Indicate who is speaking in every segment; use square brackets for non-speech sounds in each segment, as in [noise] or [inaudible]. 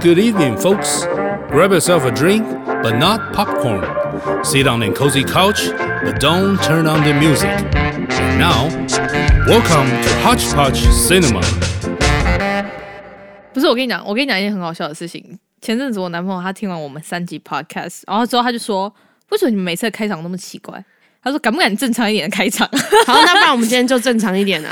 Speaker 1: Good evening, folks. Grab yourself a drink, but not popcorn. Sit on a cozy couch, but don't turn on the music. And now, welcome to Hodgepodge Cinema.
Speaker 2: 不是我跟你讲，我跟你讲一件很好笑的事情。前阵子我男朋友他听完我们三集 podcast，然后之后他就说：“为什么你们每次的开场那么奇怪？”他说：“敢不敢正常一点的开场 [laughs]
Speaker 3: 好，那不然我们今天就正常一 [laughs] 点啊。？”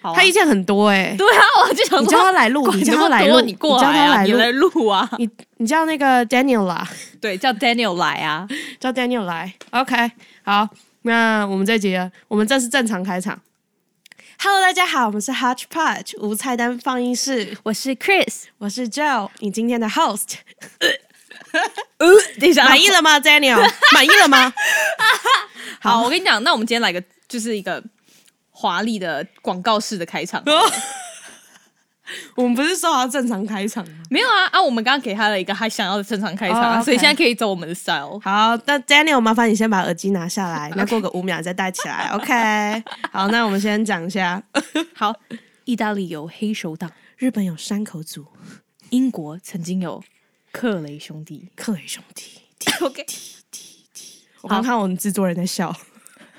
Speaker 2: 好啊
Speaker 3: 他意见很多哎、
Speaker 2: 对啊，我就想说，
Speaker 3: 你叫他来录
Speaker 2: 管
Speaker 3: 你叫
Speaker 2: 那么
Speaker 3: 他来
Speaker 2: 多
Speaker 3: 录
Speaker 2: 你过
Speaker 3: 你叫
Speaker 2: 来
Speaker 3: 他
Speaker 2: 啊，
Speaker 3: 来
Speaker 2: 你
Speaker 3: 录
Speaker 2: 来录啊，
Speaker 3: [laughs] 你你叫那个 Daniel 啦，
Speaker 2: 对，叫 Daniel 来啊。
Speaker 3: 叫 Daniel 来。OK，好，那我们这集了我们这是正常开场。Hello，大家好，我们是 Hotch Podge 无菜单放映室，
Speaker 2: 我是 Chris，
Speaker 3: 我是 Joe，你今天的 host。
Speaker 2: 呃，等一下
Speaker 3: [laughs] 满意了吗，Daniel？满意 [laughs] 了吗？
Speaker 2: 好，我跟你讲，那我们今天来个就是一个华丽的广告式的开场。
Speaker 3: 呃哦 [laughs] 我们不是说好要正常开场吗？
Speaker 2: 没有啊啊，我们刚刚给他了一个他想要的正常开场啊，
Speaker 3: 哦，OK
Speaker 2: 所以现在可以走我们的 style。
Speaker 3: 好，那 Daniel，麻烦你先把耳机拿下来，那过个五秒再戴起来。OK，好，那我们先讲一下，
Speaker 2: 好，意大利有黑手党，
Speaker 3: 日本有山口组、
Speaker 2: 英国曾经有克雷兄弟。
Speaker 3: 克雷兄弟。
Speaker 2: OK，
Speaker 3: 我刚看我们制作人在笑
Speaker 2: [laughs]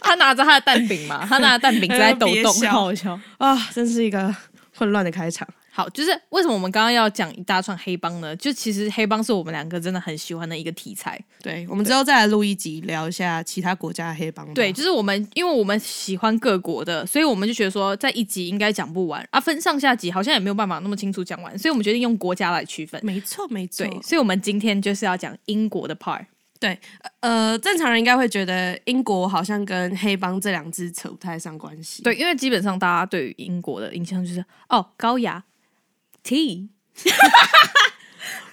Speaker 2: 他拿着他的蛋饼嘛，他拿着蛋饼在抖
Speaker 3: 哎呦
Speaker 2: 动，
Speaker 3: 别笑
Speaker 2: 好好笑。
Speaker 3: 啊、真是一个混乱的开场。
Speaker 2: 好，就是为什么我们刚刚要讲一大串黑帮呢？就其实黑帮是我们两个真的很喜欢的一个题材。
Speaker 3: 对，我们之后再来录一集，聊一下其他国家的黑帮吧。
Speaker 2: 对，就是我们因为我们喜欢各国的，所以我们就觉得说，在一集应该讲不完啊，分上下集好像也没有办法那么清楚讲完，所以我们决定用国家来区分。
Speaker 3: 没错，没错
Speaker 2: 对，所以我们今天就是要讲英国的 part。
Speaker 3: 对，呃，正常人应该会觉得英国好像跟黑帮这两支扯不太上关系。
Speaker 2: 对，，因为基本上大家对于英国的印象就是哦，高雅 tea。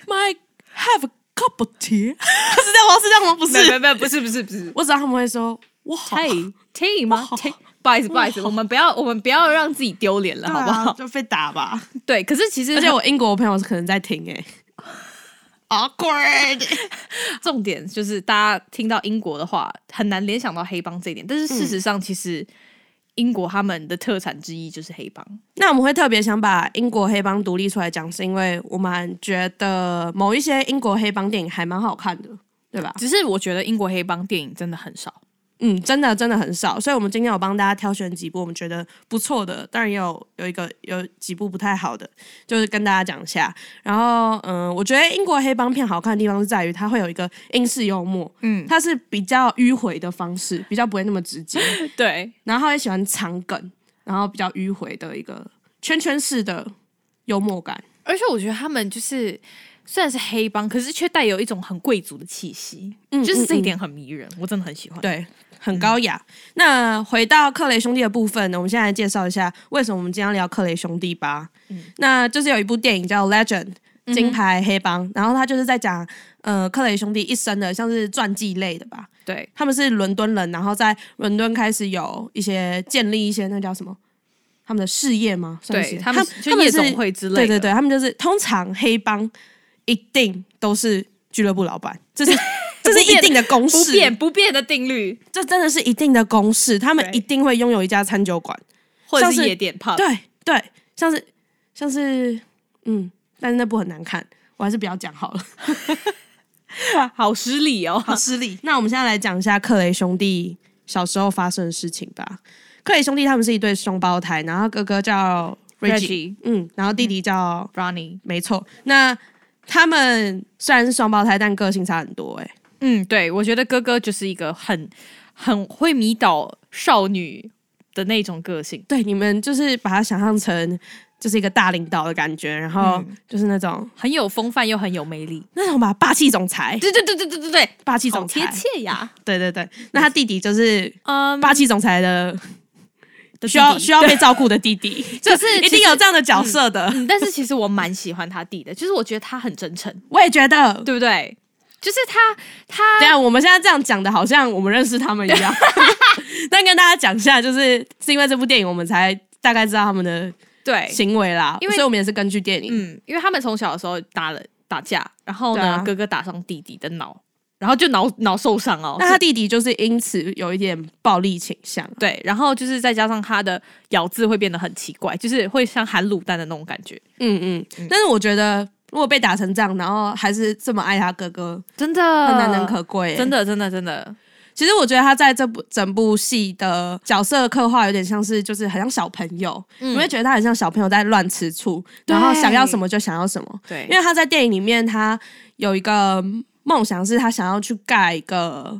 Speaker 3: My have a cup of tea，是这 [laughs] 样吗？是这样吗？不
Speaker 2: 没有 [laughs]
Speaker 3: 是，
Speaker 2: 没有，不是不是不是，
Speaker 3: 我知道他们会说我好，
Speaker 2: Tea Tea [laughs] 吗
Speaker 3: 哇
Speaker 2: ？Tea，不好意思不好 [laughs] 意思，我们不要我们不要让自己丢脸了，
Speaker 3: 对
Speaker 2: 好不
Speaker 3: 啊
Speaker 2: 好？
Speaker 3: 就被打吧。
Speaker 2: 对，可是其实
Speaker 3: 而且我英国朋友可能在听哎、Awkward，
Speaker 2: 重点就是大家听到英国的话，很难联想到黑帮这一点，但是事实上其实。英国他们的特产之一就是黑帮，
Speaker 3: 那我们会特别想把英国黑帮独立出来讲，是因为我们觉得某一些英国黑帮电影还蛮好看的，对吧？
Speaker 2: 只是我觉得英国黑帮电影真的很少。
Speaker 3: 嗯，真的真的很少，所以我们今天有帮大家挑选几部我们觉得不错的，当然也有有一个有几部不太好的，就是跟大家讲一下。然后，嗯，我觉得英国黑帮片好看的地方是在于它会有一个英式幽默，
Speaker 2: 嗯，
Speaker 3: 它是比较迂回的方式，比较不会那么直接。
Speaker 2: 对，
Speaker 3: 然后他也喜欢长梗，然后比较迂回的一个圈圈式的幽默感。
Speaker 2: 而且我觉得他们就是虽然是黑帮，可是却带有一种很贵族的气息，
Speaker 3: 嗯
Speaker 2: 就是这一
Speaker 3: 嗯嗯
Speaker 2: 点很迷人，我真的很喜欢。
Speaker 3: 对，
Speaker 2: 嗯
Speaker 3: 很高雅。那回到克雷兄弟的部分呢，我们现在来介绍一下为什么我们今天要聊克雷兄弟吧。
Speaker 2: 嗯
Speaker 3: 那就是有一部电影叫《Legend》。金牌黑帮，然后他就是在讲，呃，克雷兄弟一生的像是传记类的吧。
Speaker 2: 对，
Speaker 3: 他们是伦敦人，然后在伦敦开始有一些建立一些那叫什么，他们的事业吗？算
Speaker 2: 对
Speaker 3: 是
Speaker 2: 他
Speaker 3: 们
Speaker 2: 们
Speaker 3: 他
Speaker 2: 就
Speaker 3: 们
Speaker 2: 夜
Speaker 3: 是
Speaker 2: 总会之类的，
Speaker 3: 对对对，他们就是通常黑帮一定都是俱乐部老板，这是
Speaker 2: [laughs]
Speaker 3: 这是一定的公
Speaker 2: 不变
Speaker 3: 式，
Speaker 2: 不变的定律，
Speaker 3: 这真的是一定的公式，他们
Speaker 2: 对
Speaker 3: 一定会拥有一家餐酒馆。
Speaker 2: 或者
Speaker 3: 像
Speaker 2: 是
Speaker 3: 是
Speaker 2: 夜店 pub。
Speaker 3: 对对，像是像是嗯，但是那部很难看，我还是不要讲好了，
Speaker 2: 好失礼哦。[laughs]
Speaker 3: 失礼。那我们现在来讲一下克雷兄弟小时候发生的事情吧。克雷兄弟他们是一对双胞胎，然后哥哥叫 Reggie，
Speaker 2: Reggie、
Speaker 3: 嗯，然后弟弟叫
Speaker 2: Ronnie，
Speaker 3: 没错。那他们虽然是双胞胎，但个性差很多、欸，哎，
Speaker 2: 嗯，对，我觉得哥哥就是一个很很会迷倒少女的那种个性。
Speaker 3: 对，你们就是把他想象成就是一个大领导的感觉，然后就是那种、
Speaker 2: 很有风范又很有魅力，
Speaker 3: 那种吧，霸气总裁，
Speaker 2: 对对对对对对对，
Speaker 3: 霸气
Speaker 2: 好
Speaker 3: 总
Speaker 2: 贴
Speaker 3: 裁，
Speaker 2: 切呀。
Speaker 3: 对对对。那他弟弟就是
Speaker 2: 嗯，
Speaker 3: 霸气总裁的，
Speaker 2: 的
Speaker 3: 需要
Speaker 2: 弟弟
Speaker 3: 需要被照顾的弟 [laughs] 弟，
Speaker 2: 可
Speaker 3: 这
Speaker 2: 是
Speaker 3: 一
Speaker 2: 其
Speaker 3: 定
Speaker 2: 实
Speaker 3: 有这样的角色的。
Speaker 2: [laughs] 嗯，但是其实我蛮喜欢他弟的，就是我觉得他很真诚，
Speaker 3: 我也觉得，
Speaker 2: [laughs] 对不对？就是他他
Speaker 3: 等一下啊我们现在这样讲的，好像我们认识他们一 [laughs] 样。但跟大家讲一下，就是是因为这部电影，我们才大概知道他们的
Speaker 2: 对，
Speaker 3: 行为嗯啦，
Speaker 2: 因为
Speaker 3: 所以我们也是根据电影。
Speaker 2: 嗯，因为他们从小的时候打了打架，然后
Speaker 3: 对
Speaker 2: 呢，
Speaker 3: 啊
Speaker 2: 哥哥打伤弟弟的脑，然后就脑脑受伤 [laughs] 哦。
Speaker 3: 那他弟弟就是因此有一点暴力倾向，
Speaker 2: 对，然后就是再加上他的咬字会变得很奇怪，就是会像含卤蛋的那种感觉，
Speaker 3: 嗯嗯。但是我觉得，如果被打成这样，然后还是这么爱他哥哥，
Speaker 2: 真的
Speaker 3: 很难能可贵、
Speaker 2: 真，的真的真的，
Speaker 3: 其实我觉得他在这部整部戏的角色刻画有点像是，就是很像小朋友，
Speaker 2: 嗯
Speaker 3: 你会觉得他很像小朋友在乱吃醋，然后
Speaker 2: 对
Speaker 3: 想要什么就想要什么。
Speaker 2: 对
Speaker 3: 因为他在电影里面，他有一个梦想是他想要去盖一个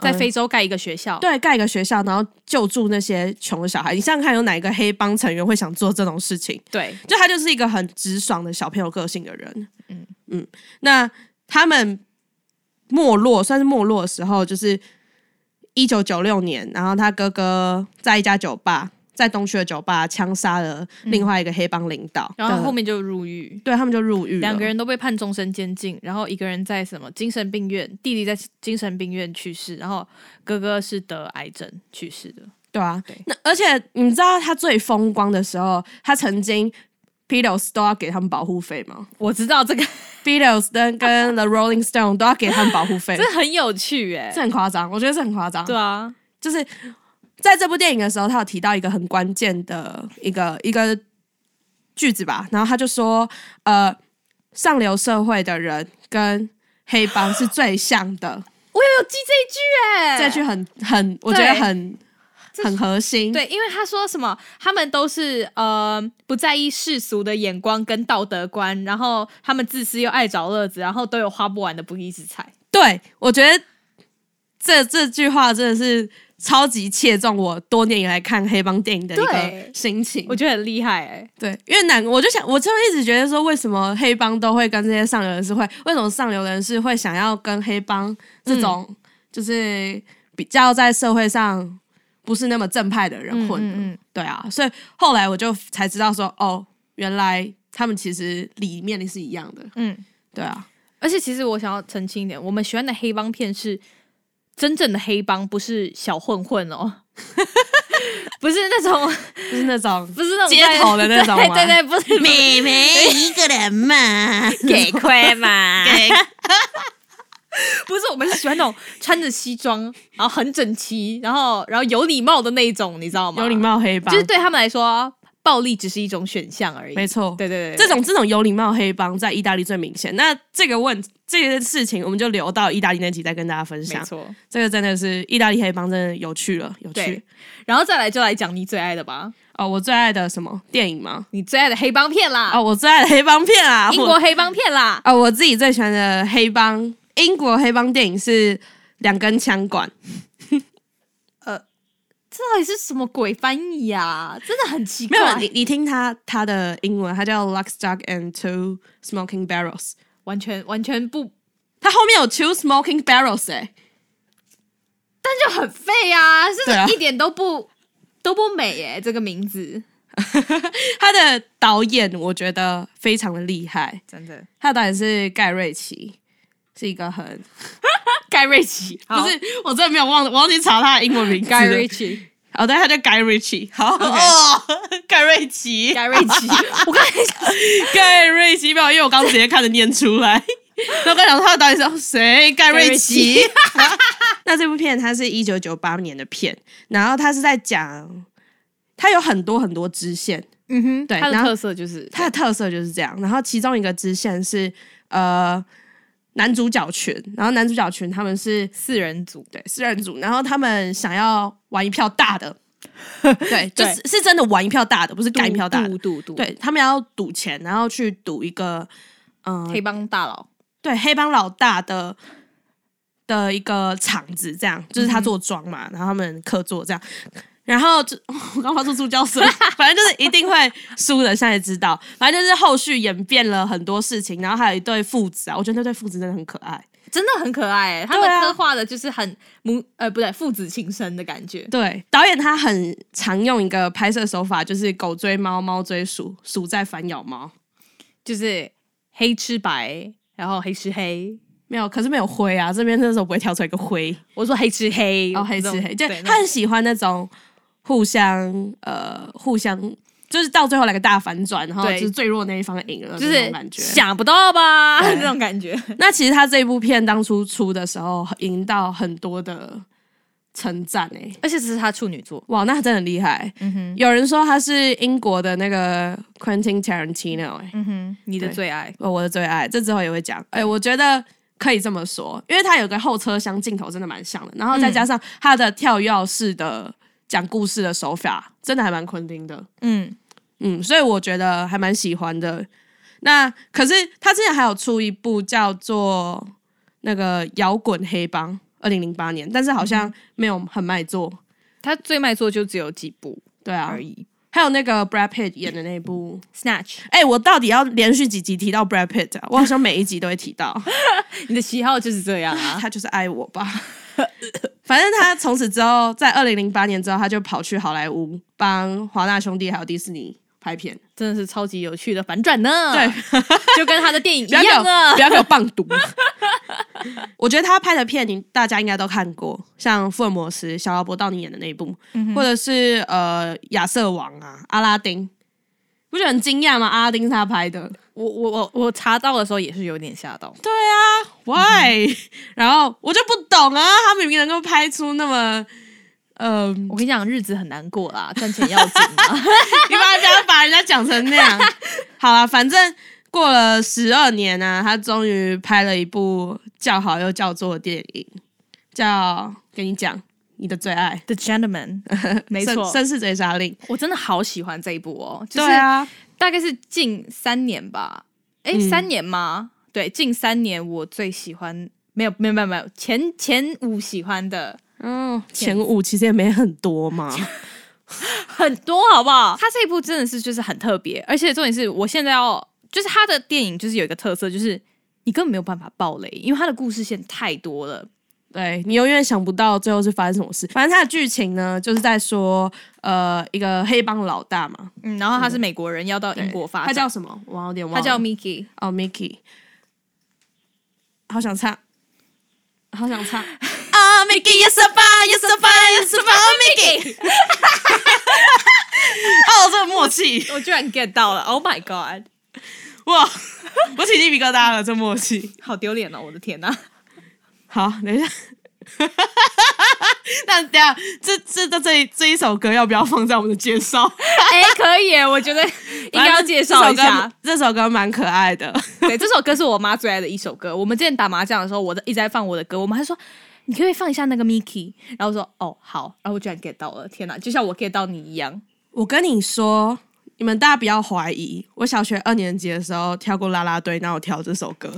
Speaker 2: 在非洲盖一个学校，
Speaker 3: 对，盖一个学校，然后救助那些穷的小孩。你想想看，有哪一个黑帮成员会想做这种事情？
Speaker 2: 对
Speaker 3: 就他就是一个很直爽的小朋友个性的人。嗯嗯，那他们没落，算是没落的时候，就是一九九六年，然后他哥哥在一家酒吧，在东区的酒吧枪杀了另外一个黑帮领导，
Speaker 2: 然后
Speaker 3: 对
Speaker 2: 后面就入狱，
Speaker 3: 对他们就入狱了，
Speaker 2: 两个人都被判终身监禁，然后一个人在什么精神病院，弟弟在精神病院去世，然后哥哥是得癌症去世的。
Speaker 3: 对啊
Speaker 2: 对，
Speaker 3: 那而且你知道他最风光的时候，他曾经 E Beatles 都要给他们保护费吗？E
Speaker 2: 我知道这个，
Speaker 3: Beatles 跟跟 The Rolling Stone 都要给他们保护
Speaker 2: [laughs]
Speaker 3: 费
Speaker 2: 这，很有趣哎、
Speaker 3: 这很夸张，我觉得这很夸张。
Speaker 2: 对啊，
Speaker 3: 就是在这部电影的时候，他有提到一个很关键的一个一个句子吧，然后他就说，呃，上流社会的人跟黑帮是最像
Speaker 2: [laughs]
Speaker 3: 的，
Speaker 2: 我也有记这一句哎、
Speaker 3: 这句很很，我觉得
Speaker 2: 对
Speaker 3: 很很核心。
Speaker 2: 对，因为他说什么，他们都是呃不在意世俗的眼光跟道德观，然后他们自私又爱找乐子，然后都有花不完的不义之财。
Speaker 3: 对，我觉得这这句话真的是超级切中我多年以来看黑帮电影的一
Speaker 2: 对
Speaker 3: 个心情。
Speaker 2: 我觉得很厉害哎、
Speaker 3: 对，越南我就想，我就一直觉得说，为什么黑帮都会跟这些上流人士会，为什么上流人士会想要跟黑帮这
Speaker 2: 嗯
Speaker 3: 种、就是比较在社会上不是那么正派的人混呢？
Speaker 2: 嗯嗯嗯
Speaker 3: 对啊，所以后来我就才知道说，哦，原来他们其实理念是一样的。
Speaker 2: 嗯，
Speaker 3: 对啊，
Speaker 2: 而且其实我想要澄清一点，我们喜欢的黑帮片是真正的黑帮，不是小混混哦， [laughs] 不是那种，
Speaker 3: 就是那种
Speaker 2: 不是那种
Speaker 3: 街
Speaker 2: 在
Speaker 3: 头的那种吗
Speaker 2: 对对对，不是
Speaker 4: 妹
Speaker 2: [laughs]
Speaker 4: 妹一个人嘛，
Speaker 2: 给
Speaker 4: 亏嘛
Speaker 2: 不是，我们是喜欢那种穿着西装，然后很整齐，然后然后有礼貌的那一种，你知道吗？
Speaker 3: 有礼，貌黑帮，
Speaker 2: 就是对他们来说，暴力只是一种选项而已。
Speaker 3: 没错。
Speaker 2: 对对对，
Speaker 3: 这种这种有礼貌黑帮在意大利最明显。那这个问这个事情，我们就留到意大利那集再跟大家分
Speaker 2: 没
Speaker 3: 享。
Speaker 2: 错。
Speaker 3: 这个真的是意大利黑帮，真的有趣了，有
Speaker 2: 对
Speaker 3: 趣。
Speaker 2: 然后再来就来讲你最爱的吧，
Speaker 3: 哦，我最爱的什么电影吗？
Speaker 2: 你最爱的黑帮片啦，
Speaker 3: 哦，我最爱的黑帮片啊，
Speaker 2: 英国
Speaker 3: 我
Speaker 2: 黑帮片啦，
Speaker 3: 哦，我自己最喜欢的黑帮英国黑帮电影是《两根枪管》。
Speaker 2: 这到底是什么鬼翻译啊？真的很奇
Speaker 3: 没
Speaker 2: 怪。
Speaker 3: 有，你你听他他的英文，他叫《Lock, Stock and Two Smoking Barrels》。
Speaker 2: 完全完全不，
Speaker 3: 他后面有 Two Smoking Barrels 哎、
Speaker 2: 但就很废啊，就
Speaker 3: 对啊
Speaker 2: 是一点都不、都不美耶、这个名字
Speaker 3: 他的导演我觉得非常的厉害，
Speaker 2: 真的。
Speaker 3: 他的导演是盖瑞奇，是一个很
Speaker 2: 盖瑞奇
Speaker 3: 不是，我真的没有忘，我忘记查他的英文名字了。
Speaker 2: 盖瑞奇，
Speaker 3: 哦，对，他叫 Guy Ritchie。好，哦， [laughs] 盖瑞奇，
Speaker 2: 盖瑞奇，
Speaker 3: [laughs]
Speaker 2: 我刚才
Speaker 3: 盖瑞奇，没有，因为我刚直接看着念出
Speaker 2: [laughs]
Speaker 3: 来。然后刚想说他的导演是谁？盖瑞奇。 [laughs] 那这部片它是一九九八年的片，然后它是在讲，它有很多很多支线，
Speaker 2: 嗯哼，
Speaker 3: 对
Speaker 2: 它的
Speaker 3: 然后
Speaker 2: 特色就是
Speaker 3: 它的特色就是这样。然后其中一个支线是呃男主角群，然后男主角群他们是
Speaker 2: 四人组，
Speaker 3: 对四人组，然后他们想要玩一票大
Speaker 2: [laughs]
Speaker 3: 的，对，就是是真的玩一票大的，不是干一票大的
Speaker 2: 赌，赌赌，，
Speaker 3: 对他们要赌钱，然后去赌一个，嗯、
Speaker 2: 黑帮大佬，
Speaker 3: 对黑帮老大的的一个场子，这样
Speaker 2: 嗯
Speaker 3: 就是他做庄嘛，然后他们客座这样。然后就 [laughs] 我刚发出猪叫声，反正就是一定会输的，现在知道。反正就是后续演变了很多事情，然后还有一对父子啊，我觉得那对父子真的很可爱。
Speaker 2: 真的很可爱欸，他们
Speaker 3: 对啊
Speaker 2: 刻画的就是很母呃不对父子情深的感觉，
Speaker 3: 对，导演他很常用一个拍摄手法，就是狗追猫，猫追鼠，鼠在反咬猫。
Speaker 2: 就是黑吃白，然后黑吃黑。
Speaker 3: 没有，可是没有灰啊，这边那时候不会跳出来一个灰。哦
Speaker 2: 我说黑吃黑，
Speaker 3: 哦，黑吃黑，就
Speaker 2: 对那
Speaker 3: 他
Speaker 2: 种
Speaker 3: 很喜欢那种互相呃互相就是到最后来个大反转，然后就
Speaker 2: 对
Speaker 3: 是最弱那一方赢了，
Speaker 2: 就
Speaker 3: 这
Speaker 2: 是
Speaker 3: 种感觉。
Speaker 2: 想不到吧
Speaker 3: 对
Speaker 2: 那种感觉。
Speaker 3: 那其实他这部片当初出的时候，赢到很多的称赞诶，
Speaker 2: 而且这是他处女座，
Speaker 3: 哇，那真的很厉害。
Speaker 2: 嗯哼，
Speaker 3: 有人说他是英国的那个 Quentin Tarantino 欸诶，
Speaker 2: 嗯哼，你的
Speaker 3: 对
Speaker 2: 最爱，
Speaker 3: 哦我的最爱，这之后也会讲。哎、我觉得可以这么说，因为它有个后车厢镜头真的蛮像的，然后再
Speaker 2: 嗯
Speaker 3: 加上它的跳跃式的讲故事的手法，真的还蛮昆汀的。
Speaker 2: 嗯，
Speaker 3: 嗯，所以我觉得还蛮喜欢的。那可是他之前还有出一部叫做那个摇滚黑帮，二零零八年，但是好像没有很卖座。
Speaker 2: 他最卖座就只有几部
Speaker 3: 对啊
Speaker 2: 而，已
Speaker 3: 还有那个 Brad Pitt 演的那部，
Speaker 2: ，Snatch，
Speaker 3: 哎、我到底要连续几集提到 Brad Pitt 啊？我好像每一集都会提到。
Speaker 2: 你的喜好就是这样 [laughs] 啊。
Speaker 3: 他就是爱我吧。 [laughs] 反正他从此之后，在二零零八年之后，他就跑去好莱坞帮华纳兄弟还有迪士尼拍片。
Speaker 2: 真的是超级有趣的反转呢。
Speaker 3: 对，
Speaker 2: [laughs] 就跟他的嗯电影一
Speaker 3: 不要给
Speaker 2: 样
Speaker 3: 我
Speaker 2: 啊
Speaker 3: 不。要给我棒读。 [laughs] 我觉得他拍的片，你大家应该都看过，像福尔摩斯、小劳勃道尼演的那一部，
Speaker 2: 嗯
Speaker 3: 或者是呃亚瑟王啊、阿拉丁，不是很惊讶吗？阿拉丁是他拍的。
Speaker 2: 我我我我查到的时候也是有点吓到，
Speaker 3: 对啊，Why？、然 [laughs] 后我就不懂啊，他明明能够拍出那么，嗯、
Speaker 2: 我跟你讲，日子很难过啦，赚钱要紧啊。
Speaker 3: [laughs] 你把不要把人家讲成那样。好了，反正过了十二年呢、他终于拍了一部叫好又叫座的电影，叫跟你讲你的最爱，
Speaker 2: [laughs] The [laughs] Gentleman，没
Speaker 3: 绅
Speaker 2: 错，
Speaker 3: 绅士追杀令。
Speaker 2: 我真的好喜欢这一部哦，就是
Speaker 3: 对啊，
Speaker 2: 大概是近三年吧，诶，
Speaker 3: 嗯
Speaker 2: 三年吗？对，近三年我最喜欢，没有没有没有没有，前前五喜欢的
Speaker 3: 嗯，前五其实也没很多
Speaker 2: [laughs]
Speaker 3: 嘛。
Speaker 2: 很多，好不好？他这一部真的是就是很特别，而且重点是我现在要，就是他的电影就是有一个特色，就是你根本没有办法爆雷，因为他的故事线太多了。
Speaker 3: 对你永远想不到最后是发生什么事。反正它的剧情呢，就是在说，呃，一个黑帮老大嘛，
Speaker 2: 嗯，然后他是美国人，要到英国发
Speaker 3: 他
Speaker 2: 展，
Speaker 3: 叫什么？我有点忘
Speaker 2: 他
Speaker 3: 了。
Speaker 2: 叫 Mickey，
Speaker 3: 哦，Mickey，好想唱，好想唱。啊、m i c k e y y o u so fine, y o u so fine, y o u so fine, [laughs] Mickey。哦，这个默契，
Speaker 2: 我居然 get 到了，Oh my god，
Speaker 3: 哇， [laughs] 我起鸡皮疙瘩了，这默契。
Speaker 2: 好丢脸哦，我的天
Speaker 3: [laughs]
Speaker 2: 呐、
Speaker 3: 好，等一下。 [laughs] 那等一下，这这这这这一首歌要不要放在我们的介绍？ [laughs]
Speaker 2: 哎、可以耶，我觉得应该要介绍一下。
Speaker 3: 这首歌，这首歌蛮可爱的。
Speaker 2: 对，这首歌是我妈最爱的一首歌。我们之前打麻将的时候，我的一直在放我的歌，我妈还说你可不可以放一下那个 Mickey，然后我说哦好，然后我居然 get 到了，天哪，就像我 get 到你一样。
Speaker 3: 我跟你说，你们大家不要怀疑，我小学二年级的时候跳过啦啦队，然后我跳这首歌。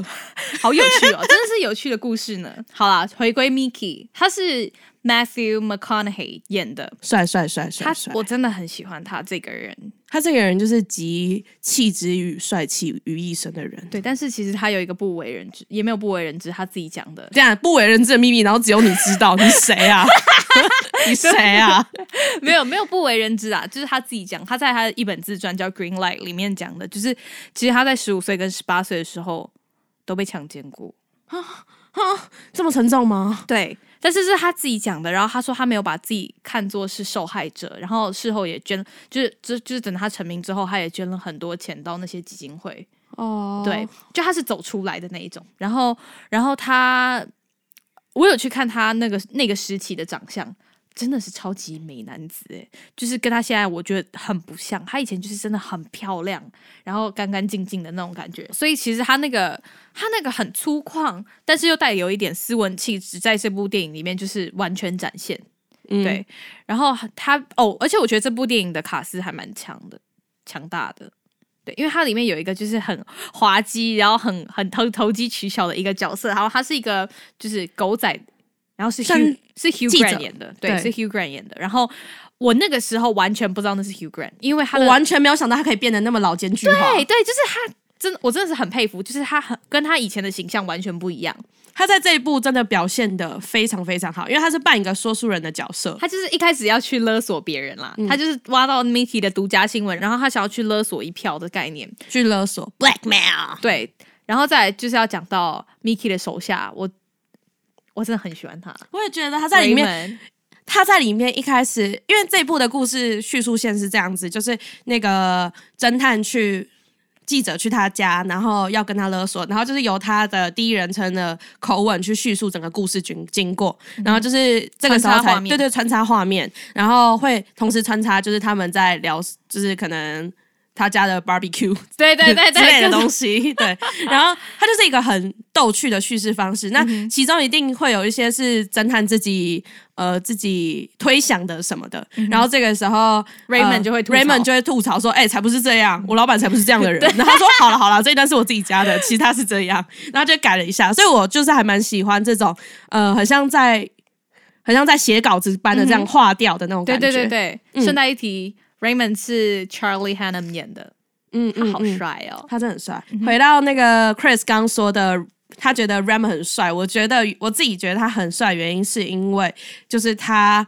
Speaker 2: 好有趣哦，真的是有趣的故事呢。好啦，回归 Mickey，他是 Matthew McConaughey 演的，
Speaker 3: 帅帅帅帅
Speaker 2: 他
Speaker 3: 帅！
Speaker 2: 我真的很集喜欢他这个人。
Speaker 3: 他这个人就是集气质与帅气于一身的人。
Speaker 2: 对，但是其实他有一个不为人知，也没有不为人知，他自己讲
Speaker 3: [laughs]
Speaker 2: 的。
Speaker 3: 这样不为人知的秘密，然后只有你知道，你谁 [laughs] 啊？你谁啊？
Speaker 2: 没有没有不为人知啊，就是他自己讲，他在他的一本自传叫《Green Light》里面讲的，就是其实他在十五岁跟十八岁的时候都被强奸过，
Speaker 3: 这么沉重吗？
Speaker 2: 对，但是是他自己讲的。然后他说他没有把自己看作是受害者，然后事后也捐，就是就就是等他成名之后，他也捐了很多钱到那些基金会，
Speaker 3: 哦，
Speaker 2: 对，就他是走出来的那一种。然后然后他，我有去看他那个那个时期的长相。真的是超级美男子欸诶，就是跟他现在我觉得很不像。他以前就是真的很漂亮，然后干干净净的那种感觉。所以其实他那个他那个很粗犷，但是又带有一点斯文气质，在这部电影里面就是完全展现。
Speaker 3: 嗯
Speaker 2: 对，然后他哦，而且我觉得这部电影的卡斯还蛮强的，强大的。对，因为它里面有一个就是很滑稽，然后很很投投机取巧的一个角色，然后他是一个就是狗仔，然后是
Speaker 3: 像
Speaker 2: Hugh 是 Hugh
Speaker 3: 记者
Speaker 2: Grant 演的，对，
Speaker 3: 对
Speaker 2: 是 Hugh Grant 演的。然后我那个时候完全不知道那是 Hugh Grant，因为他
Speaker 3: 我
Speaker 2: 的
Speaker 3: 完全没有想到他可以变得那么老奸巨
Speaker 2: 对
Speaker 3: 猾。
Speaker 2: 对，就是他真的，我真的是很佩服，就是他很跟他以前的形象完全不一样。
Speaker 3: 他在这一部真的表现的非常非常好，因为他是扮一个说书人的角色。
Speaker 2: 他就是一开始要去勒索别人啦，
Speaker 3: 嗯
Speaker 2: 他就是挖到 Mickey 的独家新闻，然后他想要去勒索一票的概念。
Speaker 3: 去勒索，
Speaker 4: blackmail，
Speaker 2: 对，然后再来就是要讲到 Mickey 的手下，我我真的很喜欢他。
Speaker 3: 我也觉得他在里面，
Speaker 2: Raymond，
Speaker 3: 他在里面一开始，因为这部的故事叙述线是这样子，就是那个侦探去记者去他家，然后要跟他勒索，然后就是由他的第一人称的口吻去叙述整个故事经经过，然后就是这个时候
Speaker 2: 嗯穿插
Speaker 3: 才
Speaker 2: 画面
Speaker 3: 对对穿插画面，然后会同时穿插就是他们在聊，就是可能他家的 barbecue
Speaker 2: 对对对对，
Speaker 3: 之类的
Speaker 2: 各种
Speaker 3: 东西， [laughs] 对。然后它就是一个很逗趣的叙事方式。
Speaker 2: 嗯
Speaker 3: 那其中一定会有一些是侦探自己呃自己推想的什么的。然后这个时候呃
Speaker 2: 嗯 Raymond 就会吐槽
Speaker 3: Raymond 就会吐槽说：“哎、才不是这样，我老板才不是这
Speaker 2: [laughs]
Speaker 3: 样的人。”然后他说：“好了好了，这一段是我自己加的，其他是这样。”然后就改了一下。所以我就是还蛮喜欢这种呃，很像在。很像在写稿子般的这样划掉的那种感
Speaker 2: 对
Speaker 3: 觉，
Speaker 2: 嗯对对对，
Speaker 3: 嗯
Speaker 2: 顺带一提，Raymond 是 Charlie Hunnam 演的，
Speaker 3: 嗯，
Speaker 2: 他
Speaker 3: 嗯嗯，
Speaker 2: 好帅哦。
Speaker 3: 他真的很帅。回到那个 Chris 刚说的，他觉得 Ram 很帅，我觉得我自己觉得他很帅，原因是因为就是他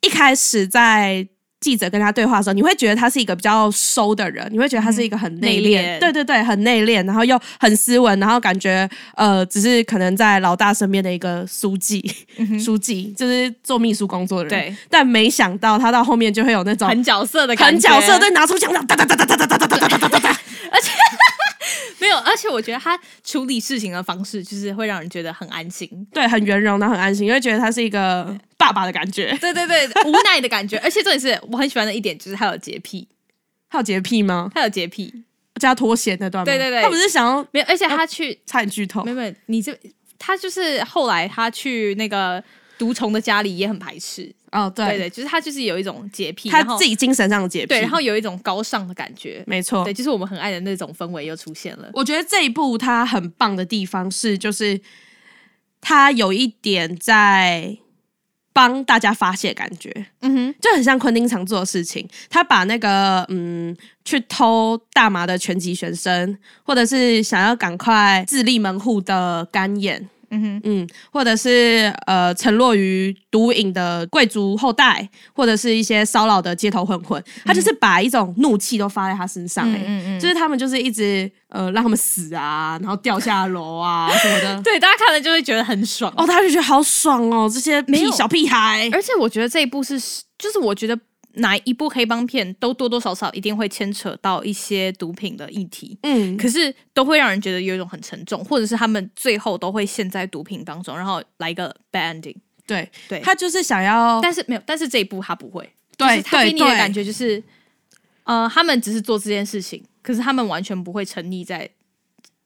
Speaker 3: 一开始在。记者跟他对话的时候，你会觉得他是一个比较收的人，你会觉得他是一个很内敛，
Speaker 2: 嗯内敛
Speaker 3: 对对对，很内敛，然后又很斯文，然后感觉呃，只是可能在老大身边的一个书记，书记就是做秘书工作的人。
Speaker 2: 嗯对，
Speaker 3: 但没想到他到后面就会有那种
Speaker 2: 很角色的感
Speaker 3: 很
Speaker 2: 觉，
Speaker 3: 角色，对，拿出枪，哒哒哒哒哒哒哒哒哒哒哒哒哒，
Speaker 2: [laughs] 没有，而且我觉得他处理事情的方式，就是会让人觉得很安心，
Speaker 3: 对，很圆融，然后很安心，因为觉得他是一个爸爸的感
Speaker 2: [laughs]
Speaker 3: 觉。
Speaker 2: 对对对，无奈的感觉。而且重点是我很喜欢的一点就是他有洁癖，
Speaker 3: 他有洁癖吗？
Speaker 2: 他有洁癖，
Speaker 3: 加拖鞋那段吗？
Speaker 2: 对对对
Speaker 3: 他不是想要
Speaker 2: 没有，而且他去，
Speaker 3: 差点剧透
Speaker 2: 没有没有，你这他就是后来他去那个毒虫的家里也很排斥，
Speaker 3: 哦，
Speaker 2: 对对，就是他就是有一种洁癖，
Speaker 3: 他
Speaker 2: 然后
Speaker 3: 自己精神上的洁癖，
Speaker 2: 对，然后有一种高尚的感觉，
Speaker 3: 没错
Speaker 2: 对，，就是我们很爱的那种氛围又出现了。
Speaker 3: 我觉得这一部它很棒的地方是，就是它有一点在帮大家发泄感觉，
Speaker 2: 嗯哼，
Speaker 3: 就很像昆汀常做的事情。他把那个嗯，去偷大麻的拳击学生，或者是想要赶快自立门户的干眼。
Speaker 2: 嗯哼，
Speaker 3: 嗯，或者是呃，沉落于毒瘾的贵族后代，或者是一些骚扰的街头混混，他就是把一种怒气都发在他身上、欸，
Speaker 2: 嗯嗯嗯嗯
Speaker 3: 就是他们就是一直呃让他们死啊，然后掉下楼啊什么的，
Speaker 2: 对，大家看了就会觉得很爽。
Speaker 3: 哦，他就觉得好爽哦，这些
Speaker 2: 没
Speaker 3: 屁
Speaker 2: 有
Speaker 3: 小屁孩，
Speaker 2: 而且我觉得这一部是，就是我觉得哪一部黑帮片都多多少少一定会牵扯到一些毒品的议题，
Speaker 3: 嗯，
Speaker 2: 可是都会让人觉得有一种很沉重，或者是他们最后都会陷在毒品当中，然后来一个 bad ending。
Speaker 3: 对
Speaker 2: 对
Speaker 3: 他就是想要
Speaker 2: 但是没有，但是这一部他不会，就是
Speaker 3: 对
Speaker 2: 他给
Speaker 3: 对
Speaker 2: 你的
Speaker 3: 对
Speaker 2: 感觉就是，呃，他们只是做这件事情，可是他们完全不会沉溺在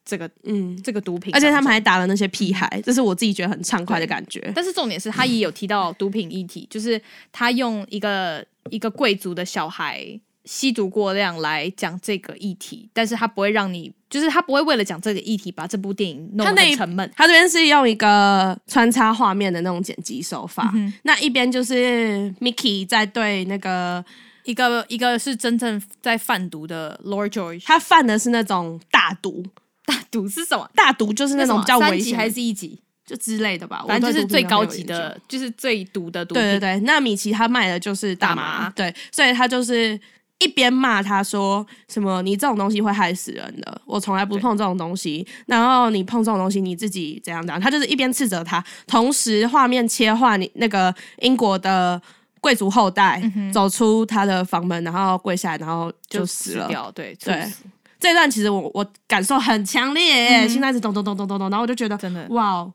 Speaker 2: 这个
Speaker 3: 嗯，
Speaker 2: 这个毒品，
Speaker 3: 而且他们。还打了那些屁孩，这是我自己觉得很畅快的感觉，
Speaker 2: 但是重点是他也有提到毒品议题，就是他用一个一个贵族的小孩吸毒过量来讲这个议题，但是他不会让你，就是他不会为了讲这个议题把这部电影弄
Speaker 3: 他
Speaker 2: 得
Speaker 3: 那
Speaker 2: 很
Speaker 3: 一
Speaker 2: 沉闷。
Speaker 3: 他这边是用一个穿插画面的那种剪辑手法，
Speaker 2: 嗯
Speaker 3: 那一边就是 Mickey 在对那个
Speaker 2: 一个一个是真正在贩毒的 Lord George，
Speaker 3: 他犯的是那种大毒， [laughs]
Speaker 2: 他毒是什么？
Speaker 3: 大毒就是那种比较
Speaker 2: 三
Speaker 3: 危
Speaker 2: 级
Speaker 3: 险
Speaker 2: 还
Speaker 3: 的，
Speaker 2: 是一级？
Speaker 3: 就之类的吧，
Speaker 2: 反正
Speaker 3: 我
Speaker 2: 就是
Speaker 3: 对毒品
Speaker 2: 最
Speaker 3: 都没有
Speaker 2: 高级
Speaker 3: 研究
Speaker 2: 的，。就是最毒的毒品。
Speaker 3: 对对对，那米奇他卖的就是大
Speaker 2: 大
Speaker 3: 麻，
Speaker 2: 麻
Speaker 3: 对，所以他就是一边骂他说什么你这种东西会害死人的，我从来不
Speaker 2: 对
Speaker 3: 碰这种东西，然后你碰这种东西你自己怎样怎样，他就是一边斥责他，同时画面切换你那个英国的。贵族后代、走出他的房门，然后跪下来，然后
Speaker 2: 嗯就
Speaker 3: 死了。
Speaker 2: 掉，对猝
Speaker 3: 对
Speaker 2: 死嗯
Speaker 3: 这段其实我我感受很强烈耶，现在是咚咚咚咚咚咚，然后我就觉得
Speaker 2: 真的
Speaker 3: 哇哦，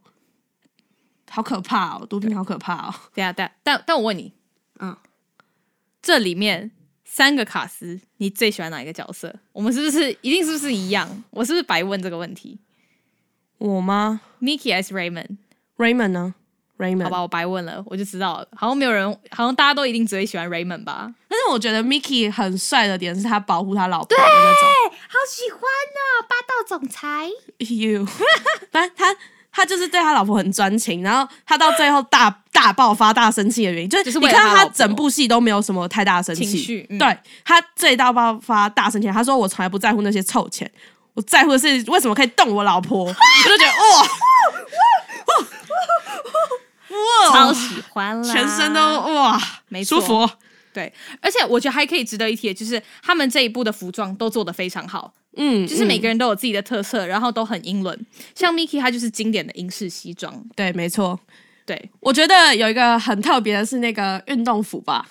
Speaker 3: 好可怕哦，毒品好可怕哦。
Speaker 2: 对啊，但但但我问你，
Speaker 3: 嗯，
Speaker 2: 这里面三个卡斯，你最喜欢哪一个角色？我们是不是一定是不是一样？我是不是白问这个问题
Speaker 3: 我吗？
Speaker 2: ？Mickey 还是
Speaker 3: 嗯
Speaker 2: Raymond？
Speaker 3: Raymond 呢？Raymond，
Speaker 2: 好吧，我白问了，我就知道了。好像没有人，好像大家都一定只会喜欢 Raymond 吧？
Speaker 3: 但是我觉得 Mickey 很帅的点是他保护他老婆的那
Speaker 4: 好喜欢哦，霸道总裁。
Speaker 3: 种。You，反正 [laughs] 他他就是对他老婆很专情，然后他到最后大大爆发、大生气的原因，就是
Speaker 2: 就是
Speaker 3: 你
Speaker 2: 为了
Speaker 3: 看到
Speaker 2: 他
Speaker 3: 他
Speaker 2: 老婆
Speaker 3: 整部戏都没有什么太大的生气，
Speaker 2: 情绪嗯
Speaker 3: 对他最大爆发、大生气，他说我从来不在乎那些臭钱。我在乎的是为什么可以动我
Speaker 2: [laughs]
Speaker 3: 老婆，我就觉得哇，
Speaker 2: 超喜欢啦，
Speaker 3: 哦全身都哇，
Speaker 2: 没错
Speaker 3: 舒服。
Speaker 2: 对。而且我觉得还可以值得一提的就是，他们这一部的服装都做得非常好，
Speaker 3: 嗯，
Speaker 2: 就是每
Speaker 3: 嗯
Speaker 2: 个人都有自己的特色，然后都很英伦。像 Mickey 他就是经典的英式西装，
Speaker 3: 对，没错。
Speaker 2: 对
Speaker 3: 我觉得有一个很特别的是那个运动服吧，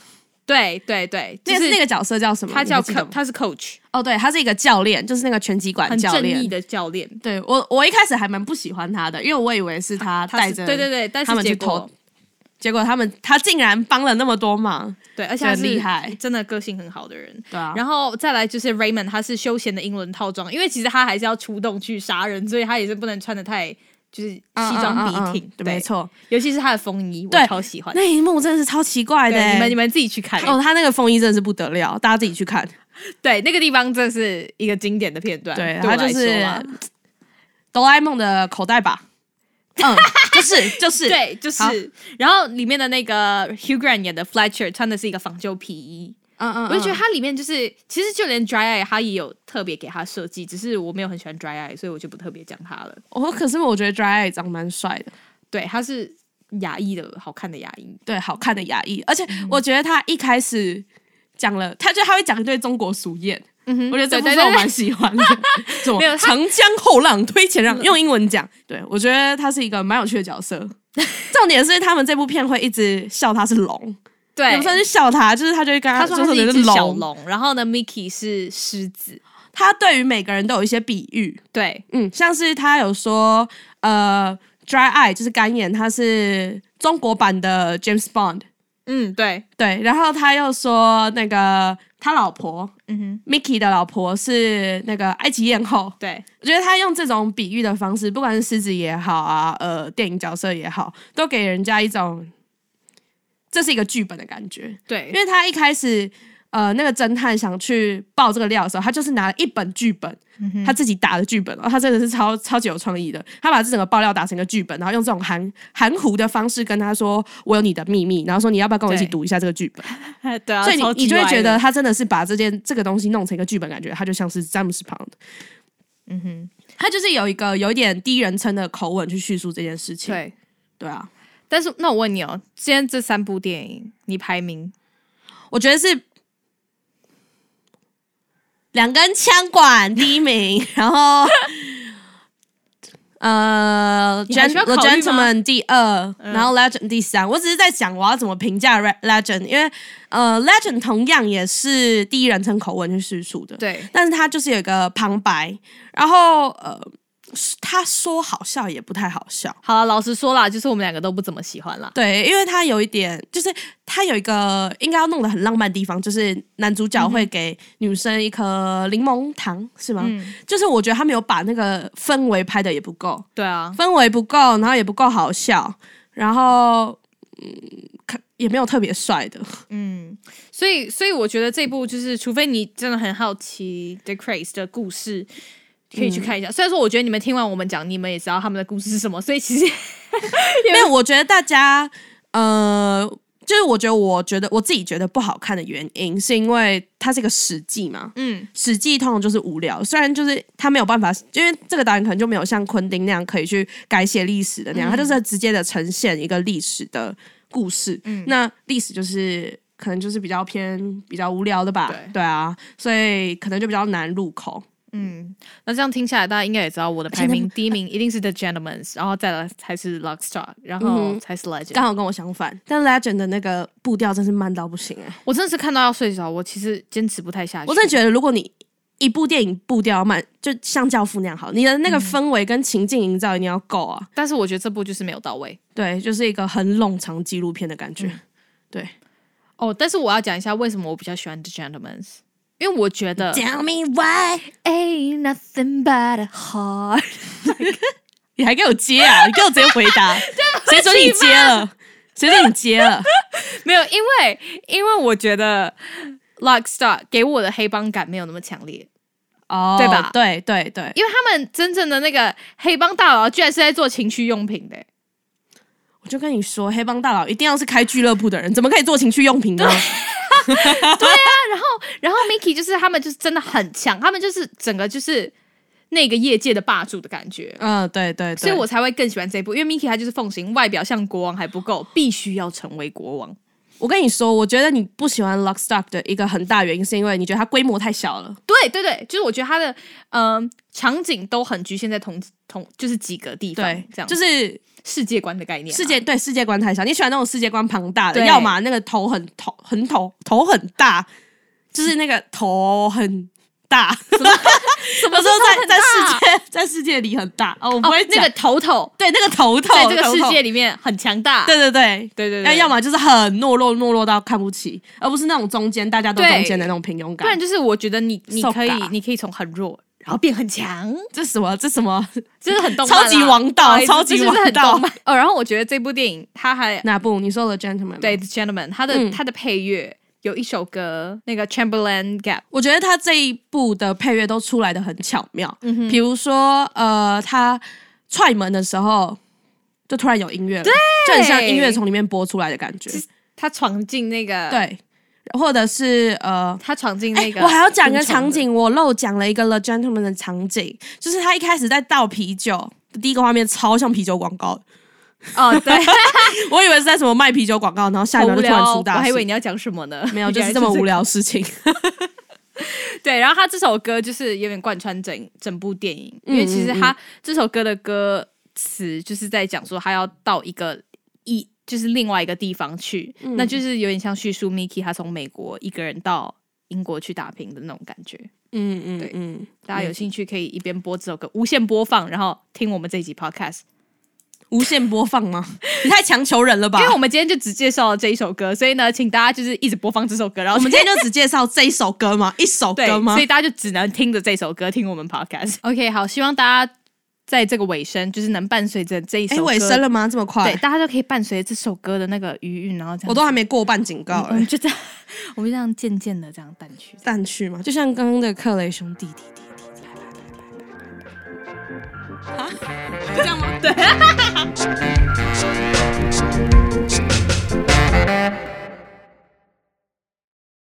Speaker 2: 对对对，就
Speaker 3: 那
Speaker 2: 是
Speaker 3: 那个角色叫什么？
Speaker 2: 他
Speaker 3: 你
Speaker 2: 叫
Speaker 3: 还记得
Speaker 2: co-
Speaker 3: 吗
Speaker 2: 他是 coach，
Speaker 3: 哦，对，他是一个教练，就是那个拳击馆
Speaker 2: 很
Speaker 3: 教
Speaker 2: 正义
Speaker 3: 练。
Speaker 2: 的教练。
Speaker 3: 对我，我一开始还蛮不喜欢他的，因为我以为是他
Speaker 2: 他
Speaker 3: 带
Speaker 2: 是
Speaker 3: 着
Speaker 2: 对对对，但
Speaker 3: 他
Speaker 2: 是
Speaker 3: 们
Speaker 2: 结
Speaker 3: 去
Speaker 2: 果
Speaker 3: 投结果他们他竟然帮了那么多忙，
Speaker 2: 对，而且
Speaker 3: 就
Speaker 2: 他
Speaker 3: 很
Speaker 2: 是
Speaker 3: 厉害
Speaker 2: 真的个性很好的人。
Speaker 3: 对啊
Speaker 2: 然后再来就是 Raymond，他是休闲的英伦套装，因为其实他还是要出动去杀人，所以他也是不能穿的太就是西
Speaker 3: 嗯
Speaker 2: 装笔挺。
Speaker 3: 对，没，错，
Speaker 2: 尤其是他的风衣，
Speaker 3: 对
Speaker 2: 我嗯超喜欢。
Speaker 3: 那一幕真的是超奇怪的
Speaker 2: 对，
Speaker 3: 欸，
Speaker 2: 你们你嗯们自己去看
Speaker 3: 哦，他那个风衣真的是不得了，大家自己去看。
Speaker 2: 对，那个地方真的是一个经典的片段。
Speaker 3: 对，
Speaker 2: 我
Speaker 3: 他就
Speaker 2: 来说
Speaker 3: 是
Speaker 2: 啦
Speaker 3: 哆啦 A 梦的口袋吧？
Speaker 2: [laughs]
Speaker 3: 嗯，就是就是，
Speaker 2: 对，就
Speaker 3: 好
Speaker 2: 是。然后里面的那个 Hugh Grant 演的 Fletcher 穿的是一个仿旧皮衣，
Speaker 3: 嗯嗯，
Speaker 2: 我就觉得它里面就是，其实就连 Dry Eye 它也有特别给它设计，只是我没有很喜欢 Dry Eye，所以我就不特别讲它了。
Speaker 3: 我哦可是我觉得 Dry Eye 长蛮帅的，
Speaker 2: 对，它是牙医的好看的牙医，
Speaker 3: 对，好看的牙医，而且
Speaker 2: 嗯
Speaker 3: 我觉得他一开始讲了，他就他会讲一堆中国俗谚。
Speaker 2: 嗯哼
Speaker 3: 我觉得这部
Speaker 2: 对对
Speaker 3: 分我
Speaker 2: 对
Speaker 3: 蛮喜欢的，什
Speaker 2: [laughs]
Speaker 3: 么
Speaker 2: 没有他
Speaker 3: 长江后浪推前浪，用英文讲，对我觉得他是一个蛮有趣的
Speaker 2: [laughs]
Speaker 3: 角色。重点是他们这部片会一直笑他是龙，
Speaker 2: 对，
Speaker 3: 也不算是笑他，就是他就会跟
Speaker 2: 他说
Speaker 3: 说
Speaker 2: 它
Speaker 3: 他
Speaker 2: 是一
Speaker 3: 是
Speaker 2: 只小龙，然后呢，Mickey 是狮子，
Speaker 3: 他对于每个人都有一些比喻，
Speaker 2: 对
Speaker 3: 嗯，像是他有说，呃，Dry Eye 就是干眼，他是中国版的 James Bond，
Speaker 2: 嗯，对，
Speaker 3: 对，然后他又说那个他老婆
Speaker 2: 嗯哼，
Speaker 3: Mickey 的老婆是那个埃及艳后，
Speaker 2: 对，
Speaker 3: 我觉得他用这种比喻的方式，不管是狮子也好啊，呃，电影角色也好，都给人家一种这是一个剧本的感觉，
Speaker 2: 对，
Speaker 3: 因为他一开始。呃，那个侦探想去爆这个料的时候，他就是拿了一本剧本，
Speaker 2: 嗯
Speaker 3: 他自己打的剧本，然哦后他真的是超超级有创意的。他把这整个爆料打成一个剧本，然后用这种含含糊的方式跟他说：“我有你的秘密。”然后说：“你要不要跟我一起
Speaker 2: 对
Speaker 3: 读一下这个剧本？”
Speaker 2: 对啊，
Speaker 3: 所以
Speaker 2: 超
Speaker 3: 你
Speaker 2: 级
Speaker 3: 你就会
Speaker 2: 歪
Speaker 3: 觉
Speaker 2: 的
Speaker 3: 得他真的是把这件这个东西弄成一个剧本，感觉他就像是詹姆斯庞的。
Speaker 2: 嗯哼，
Speaker 3: 他就是有一个有一点低人称的口吻去叙述这件事情。
Speaker 2: 对。
Speaker 3: 对啊，
Speaker 2: 但是那我问你哦，今天这三部电影你排名？
Speaker 3: 我觉得是两根枪管第一名，然后 [laughs] 呃
Speaker 2: 你还
Speaker 3: ，Gen
Speaker 2: 需要
Speaker 3: The
Speaker 2: 考虑吗
Speaker 3: Gentleman 第二，然后 Legend 第三。我只是在想我要怎么评价 Re- Legend，因为呃，Legend 同样也是第一人称口吻去叙述的。
Speaker 2: 对，
Speaker 3: 但是他就是有一个旁白，然后呃，他说好笑也不太好笑，
Speaker 2: 好了，老实说啦，就是我们两个都不怎么喜欢啦。
Speaker 3: 对，因为他有一点，就是他有一个应该要弄得很浪漫的地方，就是男主角会给女生一颗柠檬糖，是吗？
Speaker 2: 嗯，
Speaker 3: 就是我觉得他没有把那个氛围拍的也不够，
Speaker 2: 对啊，
Speaker 3: 氛围不够，然后也不够好笑，然后嗯，看也没有特别帅的。
Speaker 2: 嗯，所以所以我觉得这部就是，除非你真的很好奇 The Craze 的故事，可以去看一
Speaker 3: 嗯
Speaker 2: 下。虽然说我觉得你们听完我们讲，你们也知道他们的故事是什么，所以其
Speaker 3: [laughs]
Speaker 2: 实
Speaker 3: 没有，我觉得大家呃，就是我觉得我觉得我自己觉得不好看的原因，是因为它是一个史记嘛，
Speaker 2: 嗯，
Speaker 3: 史记通常就是无聊，虽然就是他没有办法，因为这个导演可能就没有像昆汀那样可以去改写历史的
Speaker 2: 嗯
Speaker 3: 那样，他就是直接的呈现一个历史的故事。
Speaker 2: 嗯
Speaker 3: 那历史就是可能就是比较偏比较无聊的吧，
Speaker 2: 对
Speaker 3: 啊，所以可能就比较难入口。
Speaker 2: 那这样听下来，大家应该也知道我的排
Speaker 3: 而且他 [laughs]
Speaker 2: 名
Speaker 3: 们
Speaker 2: 第一名一定是 The Gentlemen，然后再来才是 Lockstar，然
Speaker 3: 嗯
Speaker 2: 后
Speaker 3: 哼
Speaker 2: 才是 Legend。
Speaker 3: 刚好跟我相反，但 Legend 的那个步调真是慢到不行哎、
Speaker 2: 我真的是看到要睡着，我其实坚持不太下去。
Speaker 3: 我真的觉得如果你一部电影步调慢，就像《教父》那样好，你的
Speaker 2: 嗯
Speaker 3: 那个氛围跟情境营造一定要够啊。
Speaker 2: 但是我觉得这部就是没有到位。
Speaker 3: 对，就是一个很冗长纪录片的感
Speaker 2: 嗯
Speaker 3: 觉。
Speaker 2: 哦，但是我要讲一下为什么我比较喜欢 The Gentlemen，因为我觉得
Speaker 3: Tell me why？
Speaker 2: Ain't nothing but a heart。
Speaker 3: 你还给我接啊？你给我直接回
Speaker 2: [laughs]
Speaker 3: 答，谁准你接了？谁准你接了？
Speaker 2: 没有，因为因为我觉得 Lockstar 给我的黑帮感没有那么强烈，
Speaker 3: 哦
Speaker 2: [laughs] 对吧
Speaker 3: 对对对，
Speaker 2: 因为他们真正的那个黑帮大佬居然是在做情趣用品的、欸
Speaker 3: 我就跟你说，黑帮大佬一定要是开俱乐部的人，怎么可以做情趣用品呢？
Speaker 2: 然后 Mickey 就是他们就是真的很强，他们就是整个就是那个业界的霸主的感觉。
Speaker 3: 嗯，对对对，
Speaker 2: 所以我才会更喜欢这一部，因为 Mickey 他就是奉行外表像国王还不够，必须要成为国王。
Speaker 3: 我跟你说，我觉得你不喜欢 Lockstock 的一个很大原因，是因为你觉得它规模太小了。
Speaker 2: 对对对，就是我觉得它的嗯、场景都很局限在同同就是几个地方，
Speaker 3: 对，
Speaker 2: 这样
Speaker 3: 就是
Speaker 2: 世界观的概念啊、[laughs]
Speaker 3: 世界对世界观太小，你喜欢那种世界观庞大的，
Speaker 2: 对
Speaker 3: 要么那个头很头很头头很大，就是那个头很大，
Speaker 2: 什么
Speaker 3: [laughs] 有时候在在世
Speaker 2: 世界
Speaker 3: 界 [laughs] 在世界里很大哦，我不会
Speaker 2: 哦那
Speaker 3: 讲
Speaker 2: 个头头
Speaker 3: 对那个头头
Speaker 2: 在这个世，
Speaker 3: 头
Speaker 2: 界
Speaker 3: 头
Speaker 2: 里面很强大，
Speaker 3: 对对对。
Speaker 2: 对对
Speaker 3: 要
Speaker 2: 对，
Speaker 3: 要么就是很懦弱，懦弱到看不起，而不是那种中间大家都
Speaker 2: 对
Speaker 3: 中间的那种平庸
Speaker 2: 不然
Speaker 3: 感。
Speaker 2: 就是我觉得你你
Speaker 3: 受
Speaker 2: 可以
Speaker 3: 嘎
Speaker 2: 你可以从很弱然后变很强，
Speaker 3: 这什么？这什么？
Speaker 2: 这是很动漫啦
Speaker 3: 超级王道
Speaker 2: 不好意思
Speaker 3: 超级
Speaker 2: 这就是很
Speaker 3: 王道
Speaker 2: 动漫哦，然后我觉得这部电影它还
Speaker 3: 哪部？你说了《Gentleman》？
Speaker 2: 对，《The Gentleman》，它的、
Speaker 3: 嗯
Speaker 2: 它的配乐有一首歌，那个 Chamberlain Gap，
Speaker 3: 我觉得他这一部的配乐都出来的很巧妙。
Speaker 2: 嗯
Speaker 3: 比如说，呃，他踹门的时候，就突然有音乐了，就很像音乐从里面播出来的感觉。
Speaker 2: 他闯进那个，，
Speaker 3: 对，或者是呃。
Speaker 2: 他闯进
Speaker 3: 哎、
Speaker 2: 那个、
Speaker 3: 我还要讲一个场，景，我漏讲了一个《The Gentleman》的场景，就是他一开始在倒啤酒，第一个画面超像啤酒广告的，
Speaker 2: [laughs] 哦，对，
Speaker 3: 我以为是在什么卖啤酒广告，然后下一
Speaker 2: 好
Speaker 3: 秒
Speaker 2: 无
Speaker 3: 就突然
Speaker 2: 聊，
Speaker 3: 出
Speaker 2: 我
Speaker 3: [laughs] 大事，
Speaker 2: 还以为你要讲什么呢，
Speaker 3: [laughs] 没
Speaker 2: [laughs]
Speaker 3: 有，就
Speaker 2: 原来
Speaker 3: 是这么无
Speaker 2: 个。
Speaker 3: 聊的
Speaker 2: [laughs]
Speaker 3: 事情。
Speaker 2: 对，然后他这首歌就是有点贯穿整整部电影，
Speaker 3: 嗯
Speaker 2: 因为其实他这首歌的歌词就是在讲说他要到一个一就是另外一个地方去，
Speaker 3: 嗯
Speaker 2: 那就是有点像叙述 Miki 他从美国一个人到英国去打拼的那种感觉。
Speaker 3: 嗯嗯
Speaker 2: 对
Speaker 3: 嗯，
Speaker 2: 大家有兴趣可以一边播这首歌，无限播放，然后听我们这一集 podcast，
Speaker 3: 无限播放吗？你太强求人了吧？
Speaker 2: 因为我们今天就只介绍了这一首歌，所以呢，请大家就是一直播放这首歌，然后
Speaker 3: 我们今天就只介绍这一首歌 [laughs] 吗？一首
Speaker 2: 对
Speaker 3: 歌，吗
Speaker 2: 所？以大家就只能听着这首歌听我们 podcast。OK，好，希望大家在这个尾声，就是能伴随着这一首
Speaker 3: 哎，
Speaker 2: 歌
Speaker 3: 尾声了吗？这么
Speaker 2: 对，
Speaker 3: 快？
Speaker 2: 大家就可以伴随着这首歌的那个余韵，然后这样嗯
Speaker 3: 我都还没过半警告
Speaker 2: [laughs] 我们
Speaker 3: 哎，
Speaker 2: 就这样，我们就这样渐渐的这样淡去。
Speaker 3: 淡去嘛，就像刚刚的克雷兄弟弟弟弟弟。啊，就这样吗？
Speaker 2: 对。